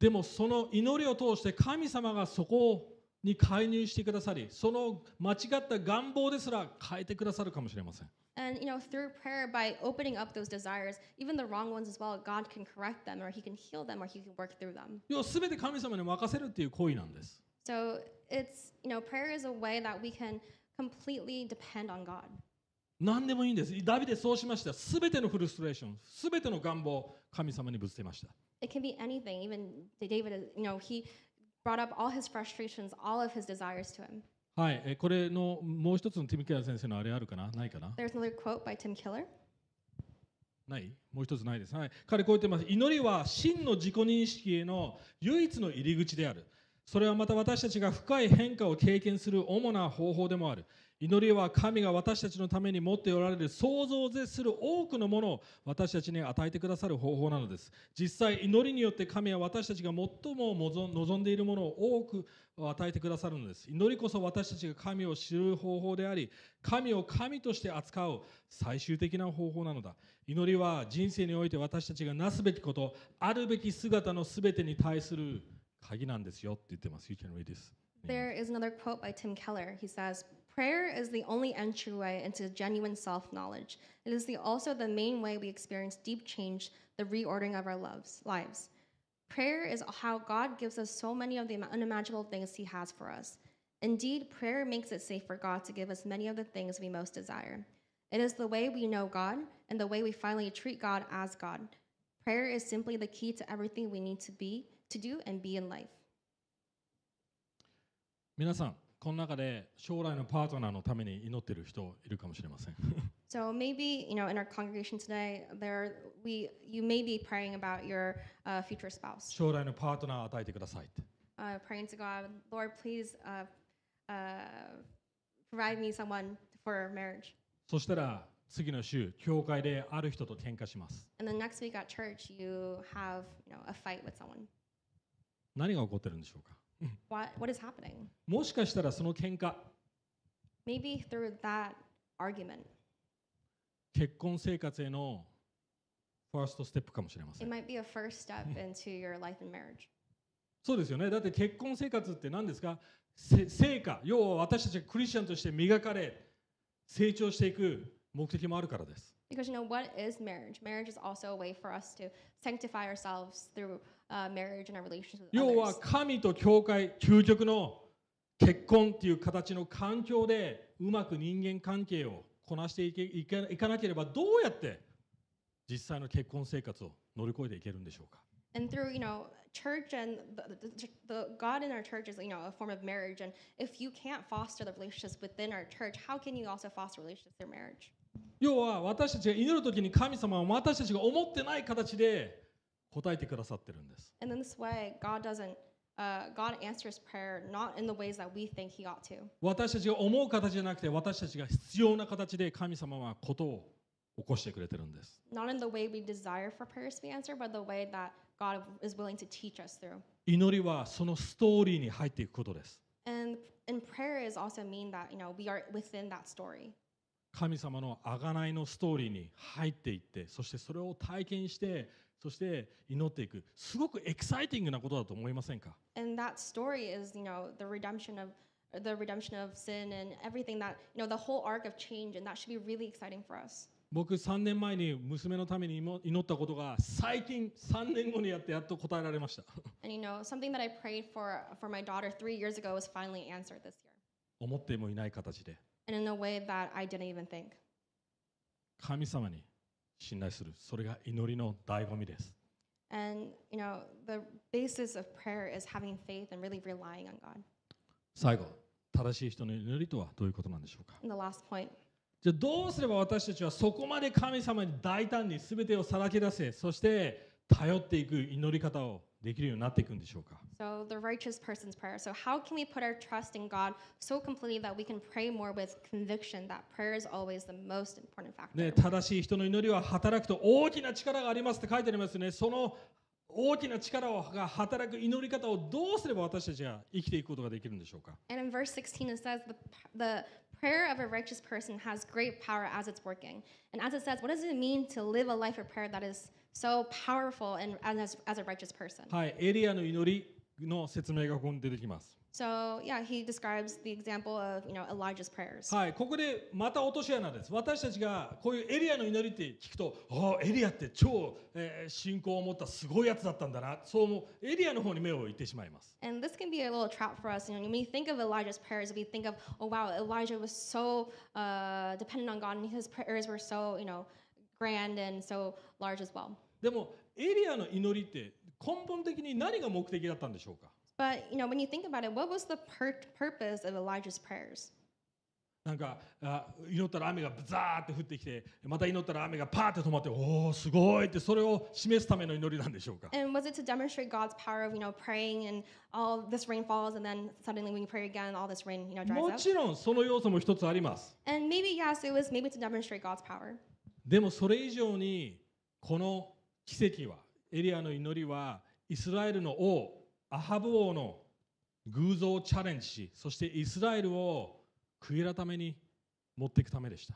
Speaker 1: でも、その祈りを通して神様がそこに介入してくださり、その間違った願望ですら変えてくださるかもしれません。
Speaker 2: And, you know, through prayer, by opening up those desires, even the wrong ones as well, God can correct them or He can heal them or He can work through them.
Speaker 1: 要は全て神様に任せるっていう行為なんです。
Speaker 2: So it's, you know, prayer is a way that we can completely depend on God.
Speaker 1: 何でもいいんです。ダビデそうしました。全てのフルストレーション、全ての願望、神様にぶつけました。
Speaker 2: It can be anything. Even David, you know, he brought up all his frustrations, all of his desires to Him.
Speaker 1: はい、えーこれのもう一つのティム・ケラー先生のあれあるかなないかな
Speaker 2: There's another quote by Tim Keller.
Speaker 1: ないもう一つないです。はい、彼こう言ってます。祈りは真の自己認識への唯一の入り口である。それはまた私たちが深い変化を経験する主な方法でもある。祈りは神が私たちのために持っておられる想像を絶する多くのものを私たちに与えてくださる方法なのです。実際、祈りによって神は私たちが最も望望んでいるものを多く与えてくださるのです。祈りこそ私たちが神を知る方法であり、神を神として扱う最終的な方法なのだ。祈りは人生において私たちがなすべきこと、あるべき姿のすべてに対する鍵なんですよって言ってます。You can read this.
Speaker 2: There is another quote by Tim Keller. He says, Prayer is the only entryway into genuine self knowledge. It is the, also the main way we experience deep change, the reordering of our loves, lives. Prayer is how God gives us so many of the unimaginable things He has for us. Indeed, prayer makes it safe for God to give us many of the things we most desire. It is the way we know God and the way we finally treat God as God. Prayer is simply the key to everything we need to be, to do, and be in life.
Speaker 1: 皆さん、この中で将来のパートナーのために祈ってる人いるかもしれません。
Speaker 2: So maybe you know in our congregation today, there we you may be praying about your uh, future spouse,
Speaker 1: 将来のパートナーを与えてくださいって。
Speaker 2: uh, praying to God, Lord, please uh, uh, provide me someone for marriage.
Speaker 1: そしたら次の週、教会である人と喧嘩します。
Speaker 2: And then next week at church, you have you know a fight with someone.
Speaker 1: 何が起こってるんでしょうか
Speaker 2: What what is happening?
Speaker 1: もしかしたらその喧嘩
Speaker 2: Maybe through that argument,
Speaker 1: 結婚生活へのファーストステップかもしれませ
Speaker 2: it
Speaker 1: ん。
Speaker 2: might be a first step into your life in marriage.
Speaker 1: そうですよね。だって結婚生活って何ですかせ成果。要は私たちがクリスチャンとして磨かれ、成長していく目的もあるからです。
Speaker 2: Because you know what is marriage? Marriage is also a way for us to sanctify ourselves through uh, marriage and our relationship with
Speaker 1: 要
Speaker 2: others.
Speaker 1: は神と教会、究極の結婚っていう形の環境でうまく人間関係をこなしていけいかいかなければどうやって実際の結婚生活を乗り越えていけるんでしょうか
Speaker 2: and through you know church and the, the, the god in our church is you know a form of marriage and if you can't foster the relationships within our church how can you also foster relationships through marriage
Speaker 1: 要は私たちが祈る時に神様は私たちが思ってない形で答えてくださってるんです。
Speaker 2: and in this way god doesn't uh, god answers prayer not in the ways that we think he ought to
Speaker 1: 私たちが思う形じゃなくて私たちが必要な形で神様はことを起こしてくれてるんです。
Speaker 2: not in the way we desire for prayers to be answered but the way that god is willing to teach us through
Speaker 1: 祈りはそのストーリーに入っていくことです。
Speaker 2: and and prayer is also mean that you know we are within that story
Speaker 1: 神様の贖いのストーリーに入っていってそしてそれを体験してそして祈っていくすごくエキサイティングなことだと思いませんか
Speaker 2: and that story is you know the redemption of the redemption of sin and everything that you know the whole arc of change and that should be really exciting for us
Speaker 1: 僕3年前に娘のために祈祈ったことが最近3年後にやってやっと答えられました
Speaker 2: and you know something that i prayed for for my daughter three years ago was finally answered this year
Speaker 1: 思ってもいない形で
Speaker 2: and in a way that i didn't even think
Speaker 1: 神様に信頼するそれが祈りの醍醐味です
Speaker 2: and you know the basis of prayer is having faith and really relying on god
Speaker 1: 最後正しい人の祈りとはどういうことなんでしょうか
Speaker 2: and the last point
Speaker 1: じゃあどうすれば私たちはそこまで神様に大胆に全てをさらけ出せそして頼っていく祈り方をできるようになっていくんでしょうか
Speaker 2: so the righteous person's prayer so how can we put our trust in god so completely that we can pray more with conviction that prayer is always the most important factor
Speaker 1: ね正しい人の祈りは働くと大きな力がありますって書いてありますよねその大きな力をが働く祈り方をどうすれば私たちは生きていくことができるんでしょうか
Speaker 2: And in verse 16, it says, the, the prayer of a righteous person has great power as it's working. And as it says, what does it mean to live a life of prayer that is so powerful and, and as, as a righteous person?
Speaker 1: はいエリアの祈りの説明がここに出てきます
Speaker 2: So, yeah, he describes the example of, you know, Elijah's prayers.
Speaker 1: はい、ここでまた落とし穴です。私たちがこういうエリアの祈りって聞くと、ああ、エリアって超、えー信仰を持ったすごいやつだったんだな、そう思う、エリアの方に目をいってしまいます。
Speaker 2: And this can be a little trap for us. You know, when we think of Elijah's prayers, we think of, oh, wow, Elijah was so uh, dependent on God and his prayers were so, you know, grand and so large as well.
Speaker 1: でも、エリアの祈りって根本的に何が目的だったんでしょうか
Speaker 2: But, you know, when you think about it, what was the pur- purpose of Elijah's prayers?
Speaker 1: なんかあ祈ったら雨がブザーって降ってきてまた祈ったら雨がパーって止まっておおすごいってそれを示すための祈りなんでしょうか
Speaker 2: And was it to demonstrate God's power of, you know, praying and all this rain falls and then suddenly when you pray again, all this rain, you know, dries
Speaker 1: も
Speaker 2: up?
Speaker 1: ちろんその要素も一つあります
Speaker 2: And maybe, yes, it was maybe to demonstrate God's power.
Speaker 1: でもそれ以上にこの奇跡はエリアの祈りはイスラエルの王アハブ王の偶像をチャレンジしそしてイスラエルを悔い改めに持っていくためでした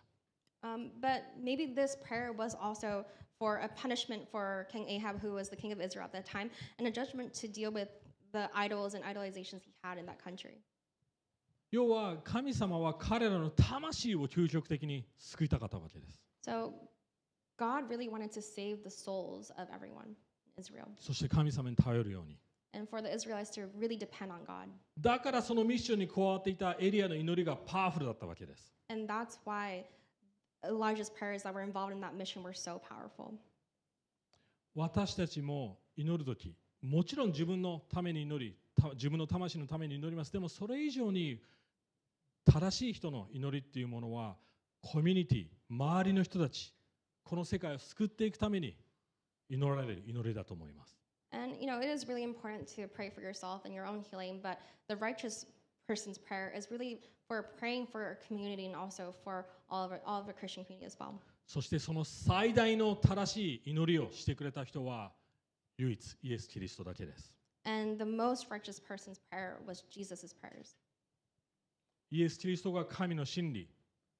Speaker 2: Um, but maybe this prayer was also for a punishment for King Ahab, who was the king of Israel at that time, and a judgment to deal with the idols and idolizations he had in that country.
Speaker 1: 要は神様は彼らの魂を究極的に救いたかったわけです
Speaker 2: So God really wanted to save the souls of everyone in Israel
Speaker 1: そして神様に頼るように
Speaker 2: and for the Israelites to really depend on God.
Speaker 1: だからそのミッションに加わっていたエリアの祈りがパワフルだったわけです
Speaker 2: And that's why Elijah's prayers that were involved in that mission were so powerful.
Speaker 1: 私たちも祈る時もちろん自分のために祈りた自分の魂のために祈りますでもそれ以上に正しい人の祈りっていうものはコミュニティ周りの人たちこの世界を救っていくために祈られる祈りだと思います
Speaker 2: And you know, it is really important to pray for yourself and your own healing, but the righteous person's prayer is really for praying for our community and also for all of our, all of the Christian community as well.
Speaker 1: そしてその最大の正しい祈りをしてくれた人は唯一イエス・キリストだけです
Speaker 2: And the most righteous person's prayer was Jesus' prayers.
Speaker 1: イエス・キリストが神の真理、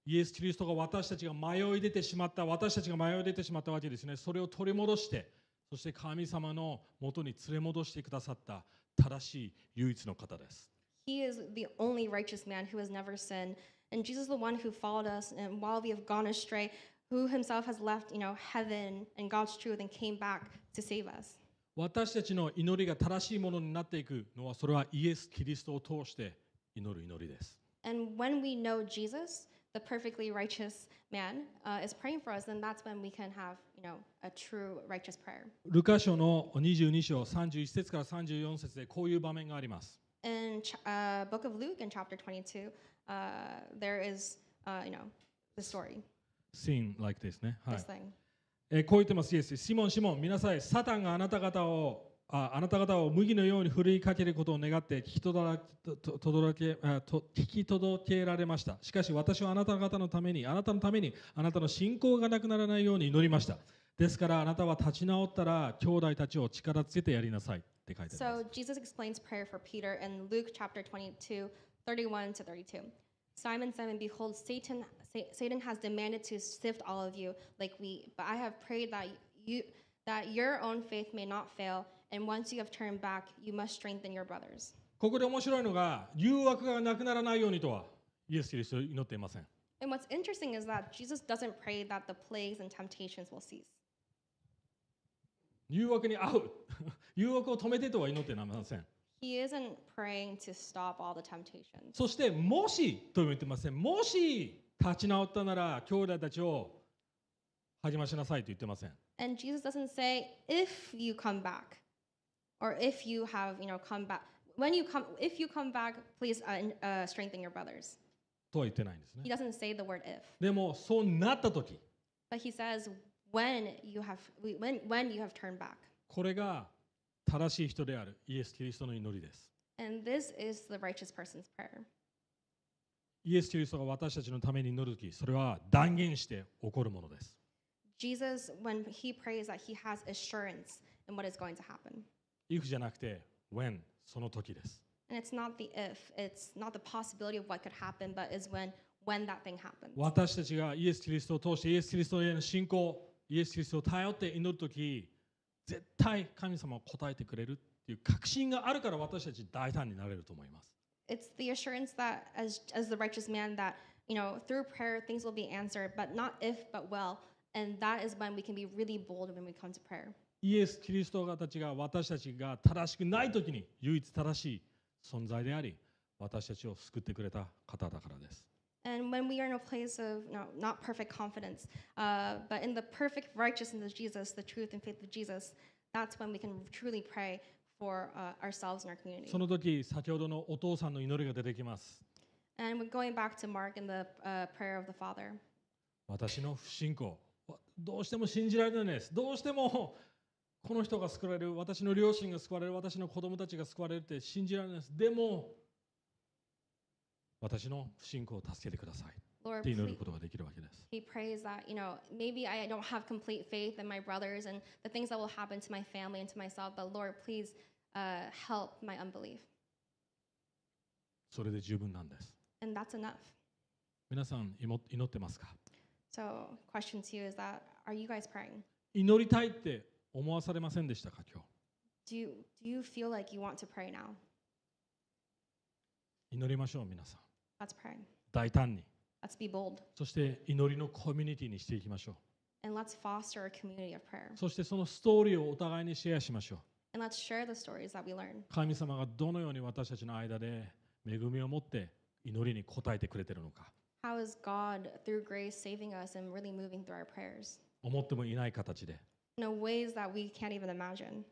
Speaker 1: イエス・キリストが私たちが迷い出てしまった、私たちが迷い出てしまったわけですね。それを取り戻して、そして神様の元に連れ戻してくださった正しい唯一の方です。
Speaker 2: He is the only righteous man who has never sinned. And Jesus is the one who followed us, and while we have gone astray, who himself has left, you know, heaven and God's truth and came back to save us.
Speaker 1: 私たちの祈りが正しいものになっていくのは、それはイエス・キリストを通して祈る祈りです。
Speaker 2: And when we know Jesus, the perfectly righteous man, uh, is praying for us, then that's when we can have you know, a true righteous prayer.
Speaker 1: ルカ書の22章31節から34節でこういう場面があります。
Speaker 2: In ch- uh, Book of Luke, in chapter 22, uh, there is, uh, you know, the story,
Speaker 1: Seen like this ね。はい
Speaker 2: this。thing.
Speaker 1: えーこう言ってます、イエス。シモン、シモン、見なさい。サタンがあなた方を、ああなた方を麦のように振るいかけることを願って聞き届けとと届けあと聞き届けられました。しかし私はあなた方のために、あなたのために、あなたの信仰がなくならないように祈りました。ですからあなたは立ち直ったら、兄弟たちを力つけてやりなさい。って書いてあります。
Speaker 2: So Jesus explains prayer for Peter in Luke chapter 22, 31 to 32. Simon, Simon, behold, Satan, Sa- Satan has demanded to sift all of you like wheat, but I have prayed that you that your own faith may not fail, and once you have turned back, you must strengthen your brothers.
Speaker 1: ここで面白いのが、誘惑がなくならないようにとは、イエス・キリストは祈っていません。
Speaker 2: And what's interesting is that Jesus doesn't pray that the plagues and temptations will cease.
Speaker 1: 誘惑に合う。 誘惑を止めてとは祈っていません。
Speaker 2: He isn't praying to stop all the temptations.
Speaker 1: そして、もしとも言ってません。もし立ち直ったなら、兄弟たちを励ましなさいと言ってません。
Speaker 2: And Jesus doesn't say if you come back, or if you have you know come back. When you come, if you come back, please uh, in- uh, strengthen your brothers.
Speaker 1: とは言ってないんです
Speaker 2: He
Speaker 1: ね。
Speaker 2: doesn't say the word if,
Speaker 1: でも、そうなったとき、
Speaker 2: but he says when you have when when you have turned back.
Speaker 1: これが正しい人であるイエス・キリストの祈りです。
Speaker 2: And this is the righteous person's prayer.
Speaker 1: イエス・キリストが私たちのために祈るとき、それは断言して起こるものです。
Speaker 2: Jesus, when he prays, that he has assurance in what is going to happen.
Speaker 1: if じゃなくて、when、その時です。
Speaker 2: And it's not the if, it's not the possibility of what could happen, but is when when that thing happens.
Speaker 1: 私たちがイエス・キリストを通してイエス・キリストへの信仰、イエス・キリストを頼って祈るとき、絶対神様は答えてくれるっていう確信があるから私たち大胆になれると思います。
Speaker 2: It's the assurance that as as the righteous man that, you know, through prayer things will be answered, but not if, but well. And that is when we can be really bold when we come to prayer.
Speaker 1: イエス・キリストたちが私たちが正しくないときに唯一正しい存在であり、私たちを救ってくれた方だからです。
Speaker 2: And when we are in a place of you know, not perfect confidence, uh, but in the perfect righteousness of Jesus, the truth and faith of Jesus, that's when we can truly pray for uh, ourselves and our community.
Speaker 1: その時先ほどのお父さんの祈りが出てきます。
Speaker 2: And we're going back to Mark and the uh, prayer of the Father.
Speaker 1: 私の不信仰わどうしても信じられないんですどうしてもこの人が救われる私の両親が救われる私の子供たちが救われるって信じられないですでも私の不信仰を助けてください
Speaker 2: Lord,
Speaker 1: って祈る
Speaker 2: please,
Speaker 1: ことができるわけです
Speaker 2: he prays that you know maybe i don't have complete faith in my brothers and the things that will happen to my family and to myself but lord please uh, help my unbelief
Speaker 1: それで十分なんです
Speaker 2: and that's enough
Speaker 1: 皆さん祈祈ってますか
Speaker 2: so question to you is that are you guys praying
Speaker 1: 祈りたいって思わされませんでしたか今
Speaker 2: do you, do you feel like you want to pray now
Speaker 1: 日祈りましょう皆さん
Speaker 2: let's pray
Speaker 1: 大胆に
Speaker 2: let's be bold
Speaker 1: そして祈りのコミュニティにしていきましょ
Speaker 2: and let's foster a community of prayer
Speaker 1: うそしてそのストーリーをお互いにシェアしましょう
Speaker 2: and let's share the stories that we learn
Speaker 1: 神様がどのように私たちの間で恵みを持って祈りに応えてくれてるのか
Speaker 2: how is god through grace saving us and really moving through our prayers
Speaker 1: 思ってもいない形で
Speaker 2: in ways that we can't even imagine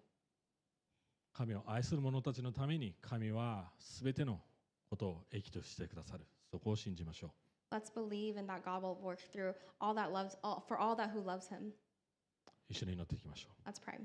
Speaker 1: 神を愛する者たちのために神は全てのことを益としてくださるそこを信じましょう
Speaker 2: Let's believe in that God will work through all that loves all, for all that who loves him.
Speaker 1: 一緒に祈っていきましょう
Speaker 2: Let's pray.